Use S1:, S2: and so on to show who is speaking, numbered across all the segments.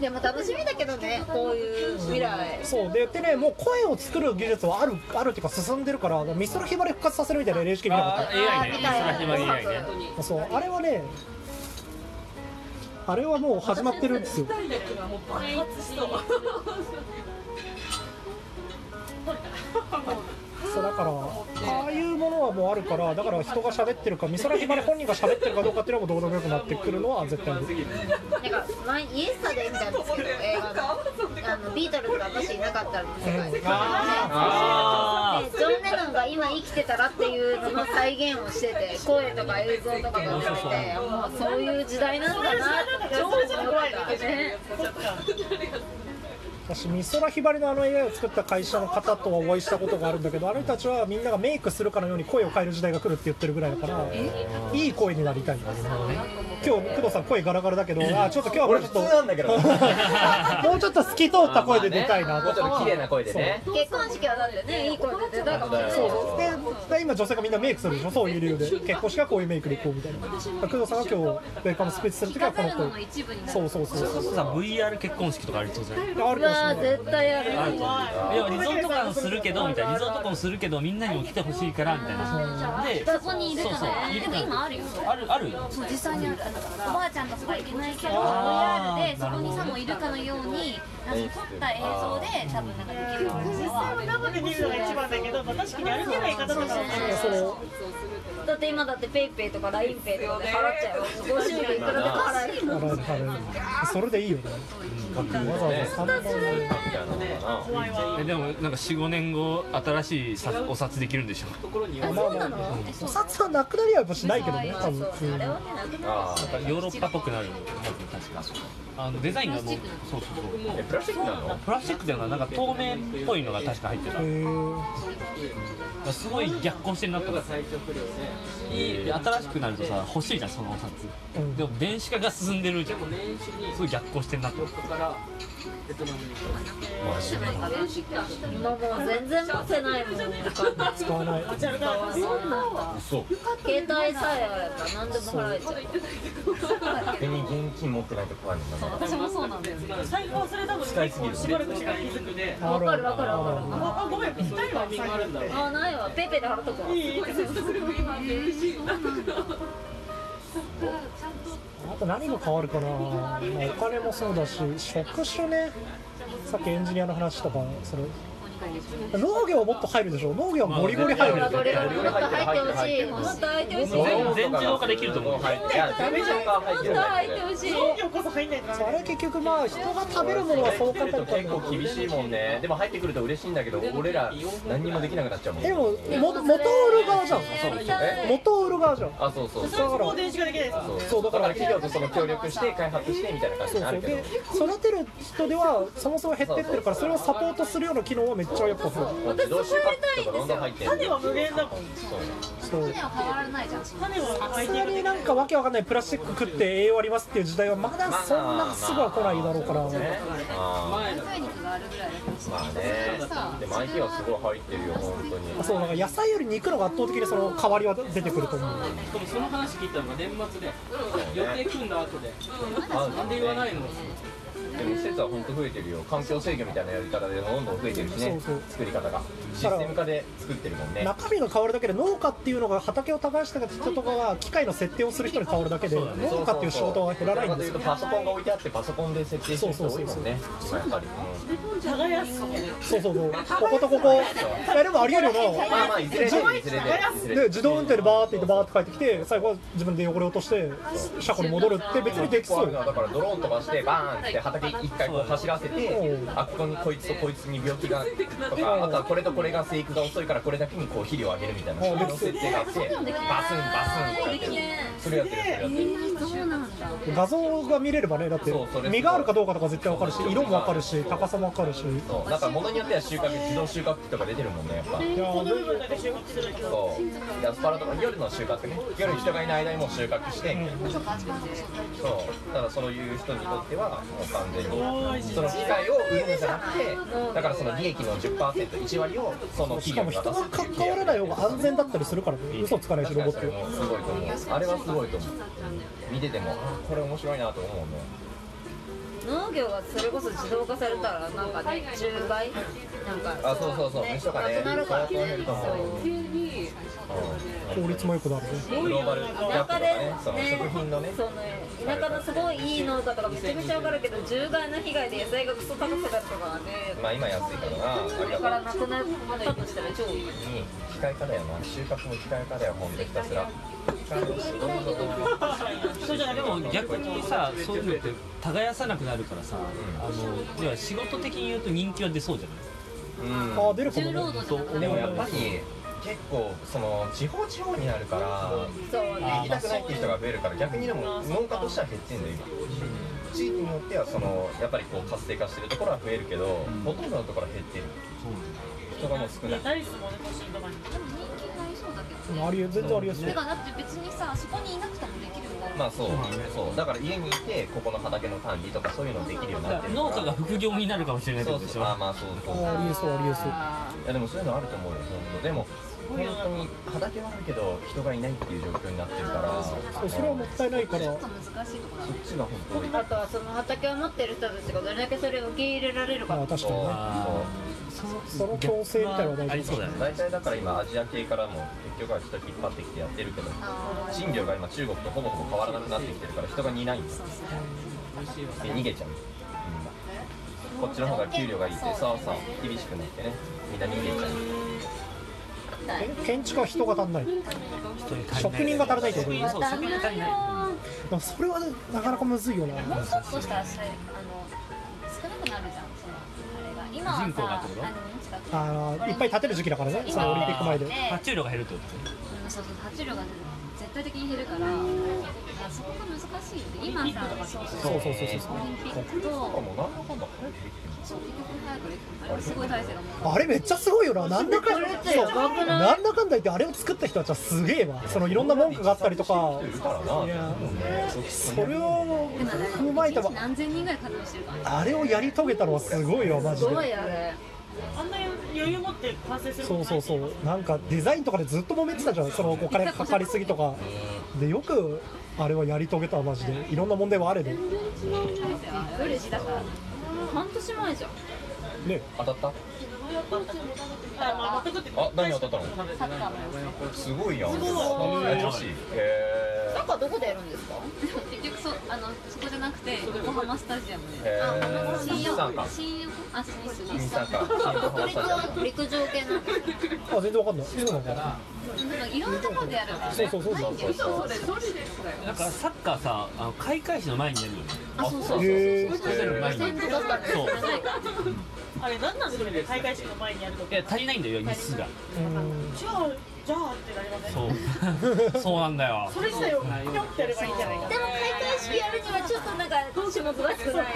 S1: でも楽しみだけどねこういう未来
S2: そうででねもう声を作る技術はあるあるっていうか進んでるからミストラヒバリ復活させるみたいな NHK 見たことあ
S3: あ
S2: る
S3: ー AI ね
S1: みたい
S3: それは暇
S1: な
S3: に AI ね
S2: そうあれはねあれはもう始まってるんですよそうだからああいうものはもうあるからだから人が喋ってるか美空ひばり本人が喋ってるかどうかっていうのもどうでもよくなってくるのは絶対に
S1: なんか前イエスタで見たんですけど映画のあのビートルズが私いなかったらの世界でジョ
S3: あ
S1: ン・レノンが今生きてたらっていうのの再現をしてて声とか映像とかが出ててもうそういう時代なんだなって思ったね
S2: 私美空ひばりのあの AI を作った会社の方とはお会いしたことがあるんだけどあの人たちはみんながメイクするかのように声を変える時代が来るって言ってるぐらいだからいい声になりたいんだ今日工藤さん声ガラガラだけどあーちょっと今日はもう
S4: 俺
S2: ちょ
S4: 普
S2: っ
S4: 通
S2: と
S4: なんだけど
S2: もうちょっと透き通った声で出たいな
S4: もうちょっと綺麗な声でね
S1: 結婚式はだってねいい声で出たかもね
S2: そうそうでで今女性がみんなメイクするでしょそういう理由で 結婚式はこういうメイクでいこうみたいな工藤さんが今日ウェルカムスピーチする時はこの声そうそうそう
S3: それこそさ VR 結婚式とかありそうじゃない
S2: ある
S1: う
S2: か
S1: わ
S2: もしれ
S1: ー
S2: ない
S1: 絶対やる
S3: あると思ういやリゾート館するけどみたいなリゾート館するけどみんなにも来てほしいからみたいなで
S5: そこにいる
S3: そう
S5: か
S3: そう
S5: ら
S3: い
S5: ね。で
S3: るから
S5: も今あるよ。
S3: あるあるよ
S5: そう実際にあるあのおばあちゃんとかが行けないけど
S3: あ
S5: VR
S3: ー
S5: でそこにさもいるかのようになんか撮った映像で多分なんかできるようなのはある
S6: 生で見るのが一番だけど、まあ確かに歩けない方とかはね
S2: その
S1: だって今だってペイペイとかラインペイとかで払っちゃうご祝儀いくらでも払える
S2: だから多分それでいいよねわざわざ三万円
S4: みたいなのかな
S3: えでもなんか45年後新しいさお札できるんでしょ
S2: まあまあお札はなくなりはやっぱしないけどね多分普通に
S1: あれはねなくな
S4: あー
S3: ヨーロッパっぽくなる確かあのデザインがもうそうそうそう
S4: えプラスチックなの
S3: プラスチックじゃないなんか透明っぽいのが確か入ってる
S2: へー
S3: すごい逆行してるなと思っていい新しくなるとさ欲しいじゃんそのお札
S2: うん
S3: でも電子化が進んでるじゃんすごい逆行してんなと思って
S1: もうもう全然持ってないもん
S2: 使わない
S1: そんなんだ
S4: 嘘
S1: 携帯さえあれば何でも払えちゃう
S4: 手に現金持ってないと怖いもんな
S5: 私もそうなんだよね
S6: 財布忘れたのに結構しばらくしか気づくで、
S2: あるあるあるあ
S6: あ、ごめん、ぴったりは見があるんだ
S1: あーないわペイペイで払っとくわ
S2: るあと何が変わるかな、まあお金もそうだし職種ねさっきエンジニアの話とかそれ農業もっと入るでしょ農業もゴリゴリ入る
S1: これがもっと入ってほしいもっと入ってほしいもっ
S3: 全全自動化できると思う
S4: いや全自動化は入って
S1: と
S4: る
S1: 入ってほしい
S6: 農業こそ入んないから
S2: あれ結局まあ人が食べるものはそう簡単に
S4: 結構厳しいもんねでも入ってくると嬉しいんだけど俺ら何にもできなくなっちゃうもん
S2: でもも元を売る側じゃん
S4: え
S2: 元を売る側じゃん
S4: あそうそう
S6: そ
S4: そ
S6: れ
S4: う
S6: はもう電子化できないですか
S4: そうそうだから企業とその協力して開発してみたいな感じ
S2: そう
S4: にな
S2: そう
S4: るけど
S2: で育てる人ではそもそも減ってってるからそれをサポートするような機能はめっちゃやっぱ増え
S4: もう自動収穫とかどんどん入ってる
S6: 種は無限だもん
S4: そう
S2: るそう
S5: でも変わらないじゃん
S6: 種は
S2: さ
S6: 相
S2: す
S6: 手
S2: が
S6: が
S2: になんかわけわかんないプラスチック食って栄養ありますっていう時代はまだそんなすぐは来ないだろうから
S4: ねあ
S5: 生肉があるぐらいだから
S4: ーまあねでも IT はすごい入ってるよ本当に
S2: そうなんか野菜より肉の方が圧倒的にその変わりは出てくると思う
S7: でもその話聞いたのが年末で予定組んだ後で
S4: なん
S7: で言わないの
S4: でも施設は本当増えてるよ環境制御みたいなやり方でどんどん増えてるしね
S2: そうそう
S4: 作り方がシステム化で作ってるもんね
S2: 中身が変わるだけで農家っていうのが畑を耕してた人とかが機械の設定をする人に変わるだけで農家っていう仕事は減らないんですよ
S4: そうそうそうパソコンが置いてあってパソコンで設定してる人多いもんね今やっぱり
S6: 耕す
S2: そうそうそうこことここいやでもありえるよな
S4: まあまあいずれでいずれで
S2: で自動運転でバーって言ってバーって帰ってきて最後は自分で汚れ落として車庫に戻るって別にできそう
S4: だからドローン飛ばしてバーンって畑一回こう走らせて
S2: うん
S4: あここにこいつとこいつに病気がとかあとはこれとこれが生育が遅いからこれだけにこう肥料をあげるみたいなそういうの設定があってバスンバスンってやってるそれやってるそれやってる
S2: 画像が見れればねだって
S4: そうそれ
S2: 実があるかどうかとか絶対わかるし色もわかるし高さもわかるしい
S4: そうなんか物によっては収穫自動収穫機とか出てるもんねやっぱ
S2: や
S6: この部分
S2: ー
S6: だけ収穫してるけど
S4: そうでアスパラとか夜の収穫ね夜人がいない間にもう収穫してそうだからそういう人にとってはもう完全にその機械を売るんじゃなくてだからその利益の 10%1 割をその
S2: し
S4: 企
S2: か
S4: 業
S2: も人が
S4: に渡すっていう
S2: 関わらない方が安全だったりするからね嘘つかないし
S4: 確か
S2: ロボ
S4: に
S2: ット
S4: それもすごいと思うあれはすごいと思う見ててもあこれ面白いなと思うね
S1: 農業がそれこそ自動化されたらなんかね10倍なんか
S4: あそうそうそう
S1: ね
S4: 虫とかね
S1: なくなるから
S4: そう
S1: ね
S4: いうのも
S1: そう
S2: 効率も良くなるね
S4: グローバルギャッ
S1: 田
S4: プとか
S1: 舎で
S4: ね
S1: ね
S4: その食品のね
S1: その田舎のすごいいい農家とかめちゃめちゃわかるけど獣害の被害で野菜がクソ高くなるとかはね
S4: まあ今安いからなあ
S1: こ
S4: り
S1: れ
S4: が
S1: か
S4: た
S1: ら
S4: い
S1: なくなったとしたら超いい
S4: に機械化だよな収穫も機械化だよほんとひたすら
S6: そうじゃなく
S3: で
S6: ても
S3: も逆にさそういうのって耕さなくなるからさあの要は仕事的に言うと人気は出そうじゃない
S4: うん
S2: ああ出るかも
S5: 重
S2: ね
S5: 労働じゃな
S4: で
S5: くな
S4: も
S5: る
S4: やっぱり結構その地方地方になるから
S1: そうね
S4: 行きたくないっていう人が増えるから逆にでも農家としては減ってんだよ今地域によってはそのやっぱりこう活性化してるところは増えるけどほとんどのところは減ってる人がもう少ない
S6: タリスもね欲しいとかに
S5: でも人気になりそうだけどね
S2: ありえ全然ありえそう
S5: てかだって別にさそこにいなくてもできるんだよ
S4: まあそうそうだから家にいてここの畑の管理とかそういうのできるようになってるから
S3: 農家が副業になるかもしれないって
S4: そ
S3: こ
S4: う
S3: とでし
S4: そうあ
S3: ょ
S4: まあそうそう
S2: あありえそうありえそう
S4: いやでもそういうのあると思うよ本当でも本当に畑はあるけど人がいないっていう状況になってるから
S2: そうそれはもったいないから
S5: ちょっと難しいところだ
S4: そっちが本当多い
S1: あとはその畑を持ってる人たちがどれだけそれを受け入れられるか
S2: まあ確かにね
S3: あ
S2: その強制みたいなのは大
S3: あ
S2: 事
S3: りそうだよね
S4: 大体だから今アジア系からも結局は人引っ張ってきてやってるけど賃料が今中国とほぼほぼ変わらなくなってきてるから人がいないんですよで逃げちゃう、うん、こっちの方が給料がいいってそうそう厳しくなってねみんな逃げちゃう
S2: え建築は人が足んないで
S3: 人に足りない
S2: 職人が足りないってこと
S3: そう職人が足りない
S2: もそれはなかなかむずいよな
S5: もうちょっとしたらさあの少なくなるじゃんそのあれが今はさ
S3: 人口がってこと
S5: あの
S2: あーいっぱい建てる時期だからねそのオリンピック前で
S5: 今は
S3: 発注量が減るってこと
S5: うんそうそう爬虫量が絶対的に減るからあそこが難しいよね今さそうそう
S2: そうそうそうそう
S5: オリンピックと
S4: とかもなんだかんだ早くできてる
S5: そう結局早くできるあれすごい体制がもう
S2: あれめっちゃすごいよな、なんだかんだ
S1: これってやばくない
S2: なんだかんだ言ってあれを作った人たちはすげえわそのいろんな文句があったりとか
S4: いるからない
S2: や
S4: そ
S2: それを
S5: でもなんか
S2: 踏まえた
S5: 一
S2: ば
S5: 日何千人ぐらい稼働してるからね
S2: あれをやり遂げたのはすごいよマジ
S1: すごい
S2: で
S1: あれ
S6: あんな余裕持って完成するこ
S2: そ
S6: と
S2: う
S6: ない
S2: そうそうなんかデザインとかでずっと揉めてたじゃんそのお金かかりすぎとかでよくあれはやり遂げたわマジでいろんな問題はあれで
S5: うれしいだから
S1: 半年前じゃん
S2: ね
S4: 当たった
S6: あまあ全くって
S4: あ何当たったの
S5: サッカーもやって
S4: すごいやん
S1: ごい
S4: え女子へえ
S1: なんかどこでやるんですか
S5: でも結局そうあのそこじゃなくて横浜スタジアムで
S4: えー
S5: 新
S4: 三
S5: 横
S4: 冠
S5: 新横あそうそうそう
S4: 二三冠新横浜スタジアム
S1: 陸上系なの
S2: あ全然わかんないそうなのかな
S5: なんかいろんなところでやるから
S2: そうそうそうそう
S5: そうそう
S3: なんかサッカーさあの開会式の前にやるよね
S1: あそうそう
S2: へえ
S3: 開会式の前に
S1: 全部だったんです
S3: そう
S6: あれ何なんですかね開会式の前にやると
S3: い
S6: か
S3: や足りないんだよ日数が
S2: うん
S6: じゃあじゃあってなりません
S3: そうそうなんだよ
S6: それ自体をぴょんってやればいいんじゃないか
S1: でも開会式やるにはちょっとなんか種目が少ない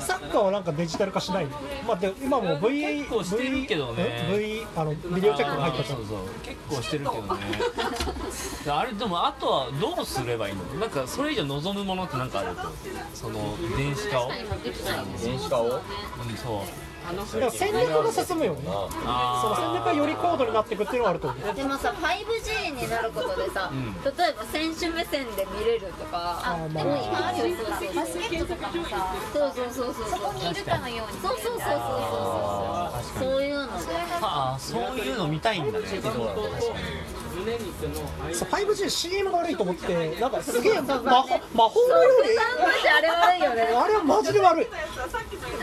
S2: サッカーはなんかデジタル化しないのまあで今もう V
S3: 結構してるけどね
S2: V V あのビデオチェックが入ったじゃん
S3: そうそう結構してるけどねあれでもあとはどうすればいいのなんかそれ以上望むものってなんかあるとその電子化を、
S5: 今できないね
S4: 電子化を
S3: うん、そう
S2: だから戦略が進むよねその戦略がより高度になっていくっていうのはあると思う
S1: でもさ 5G になることでさ、
S3: うん
S1: 例えば選手目線で見れるとか
S5: あ
S2: あーま
S5: で
S2: あ
S5: も今あるよバスケットとかもさ
S1: そうそうそうそうそ
S5: そうこにいるかのように
S1: そうそうそうそうそうそういうの
S5: それが
S3: ああそういうの見たいんだね
S7: 胸にその
S2: そう 5GCM が悪いと思ってなんかすげえ魔法魔法のように
S1: マジあれ悪いよね
S2: あれはマジで悪い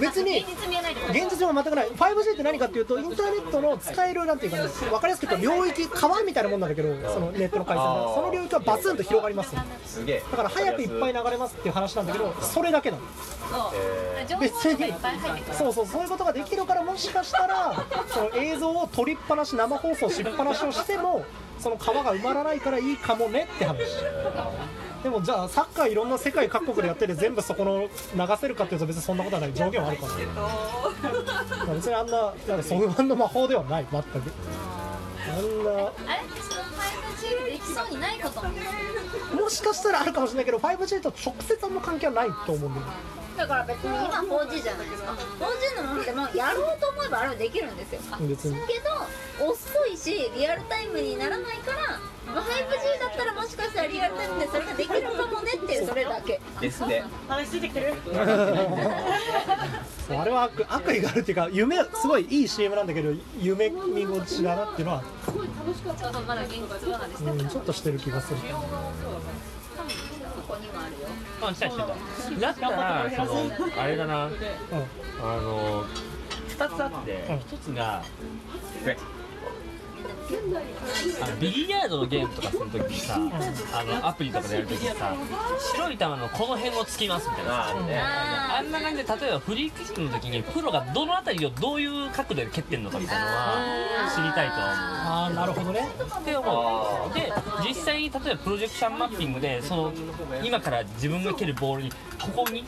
S2: 別に
S5: 現実見えないってこと
S2: 現実は全くない 5G って何かっていうとインターネットの使えるなんていうかね分かりやすく言うと領域川みたいなもんなんだけどそのネットの回線がその領域はバツンと広がりますよ
S4: すげえ
S2: だから早くいっぱい流れますっていう話なんだけどそれだけなの
S4: え
S5: 情報とかいっぱい入ってくる
S2: そうそうそういうことができるからもしかしたらその映像を撮りっぱなし生放送しっぱなしをしてもその川が埋まらないからいいかもねって話でもじゃあサッカーいろんな世界各国でやってて全部そこの流せるかっていうと別にそんなことはない上限はあるからだから別にあんななんかソフマンの魔法ではない全くあんな
S5: あれってその 5G でできそうにないことも
S2: もしかしたらあるかもしれないけど 5G と直接あんま関係はないと思うんだよね
S1: だから別に今 4G じゃないですか 4G のものでもやろうと思えばあれはできるんですよ
S2: 別に
S1: けど遅いしリアルタイムにならないから、まあ、5G だったらもしかしたらリアルタイムでそれができるかもねっていうそれだけ
S4: ですって
S6: 話ついてきてる
S2: そうあれは悪悪意があるっていうか夢すごいいい CM なんだけど夢見心地だなっていうのは、
S5: ちょっとまだ現実離れして
S2: う
S5: る
S2: ん、ちょっとしてる気がする
S1: ここにもあるよ
S3: あ来た来た来ただったらそのあれだなあの二つあって
S2: うん
S3: 一つが
S4: え
S3: あのビリヤードのゲームとかするときにさあのアプリとかでやるときにさ白い球のこの辺を突きますみたいなさ
S4: あーね
S3: あんな感じで例えばフリーキックの時にプロがどの辺りをどういう角度で蹴ってるのかみたいなのは知りたいとは
S2: ああなるほどね
S3: 思うって思うで実際に例えばプロジェクションマッピングでその今から自分が蹴るボールにここに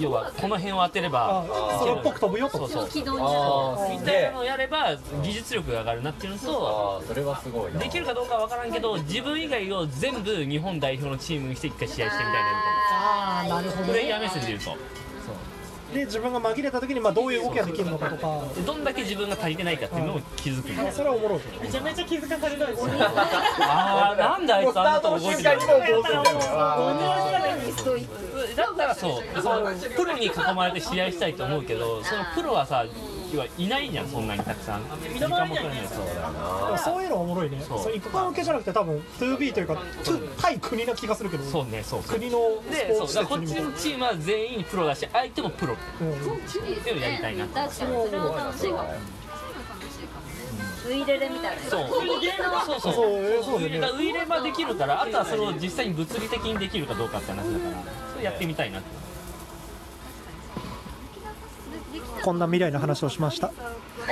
S3: 要はこの辺を当てれば
S2: あそれっぽく飛ぶよと
S3: そうそう
S5: 軌道に
S4: あー
S3: み
S4: すげ
S3: たいな
S4: え
S3: のをやれば技術力が上がるなっていうのと
S4: あーそれはすごいな
S3: できるかどうかは分からんけど自分以外を全部日本代表のチームにして一回試合してみたいなみ
S2: ああなる
S3: た
S2: ほ
S3: いなプレイヤー目線で言うと
S2: で自分が紛れた時にまあどういう動きができるのかとか
S3: でどんだけ自分が足りてないかっていうのを気づくんだよ
S2: それはおもろい
S6: めちゃめちゃ気づかされたんですよ
S3: あーなんであいつあんなとこ動いてるの
S4: スタートの瞬間にもうどうすんだよ
S3: だったらそうそのプロに囲まれて試合したいと思うけどそのプロはさ要はいないじゃんそんなにたくさん時間も取れないそうだ
S2: でもそういうのはおもろいね
S3: そう
S2: そう一般受けじゃなくて多分 2B というかと対国な気がするけど
S3: そうねそうそう
S2: 国のスポ
S3: でそ
S2: ー
S3: う
S2: ツ
S3: だ
S2: 施
S3: から
S2: 設
S3: こ
S2: に
S3: っち
S2: も
S3: のチームは全員プロだし相手もプロっ
S2: うん
S3: ていうのをやりたいな
S5: 確かにそれは楽しいかも
S1: ウイレレみたいな
S3: そうそうそう
S2: そうえーそうだよね
S3: ウイレはできるからあとはそれを実際に物理的にできるかどうかって話だからそれやってみたいなって
S2: こんな未来の話をしました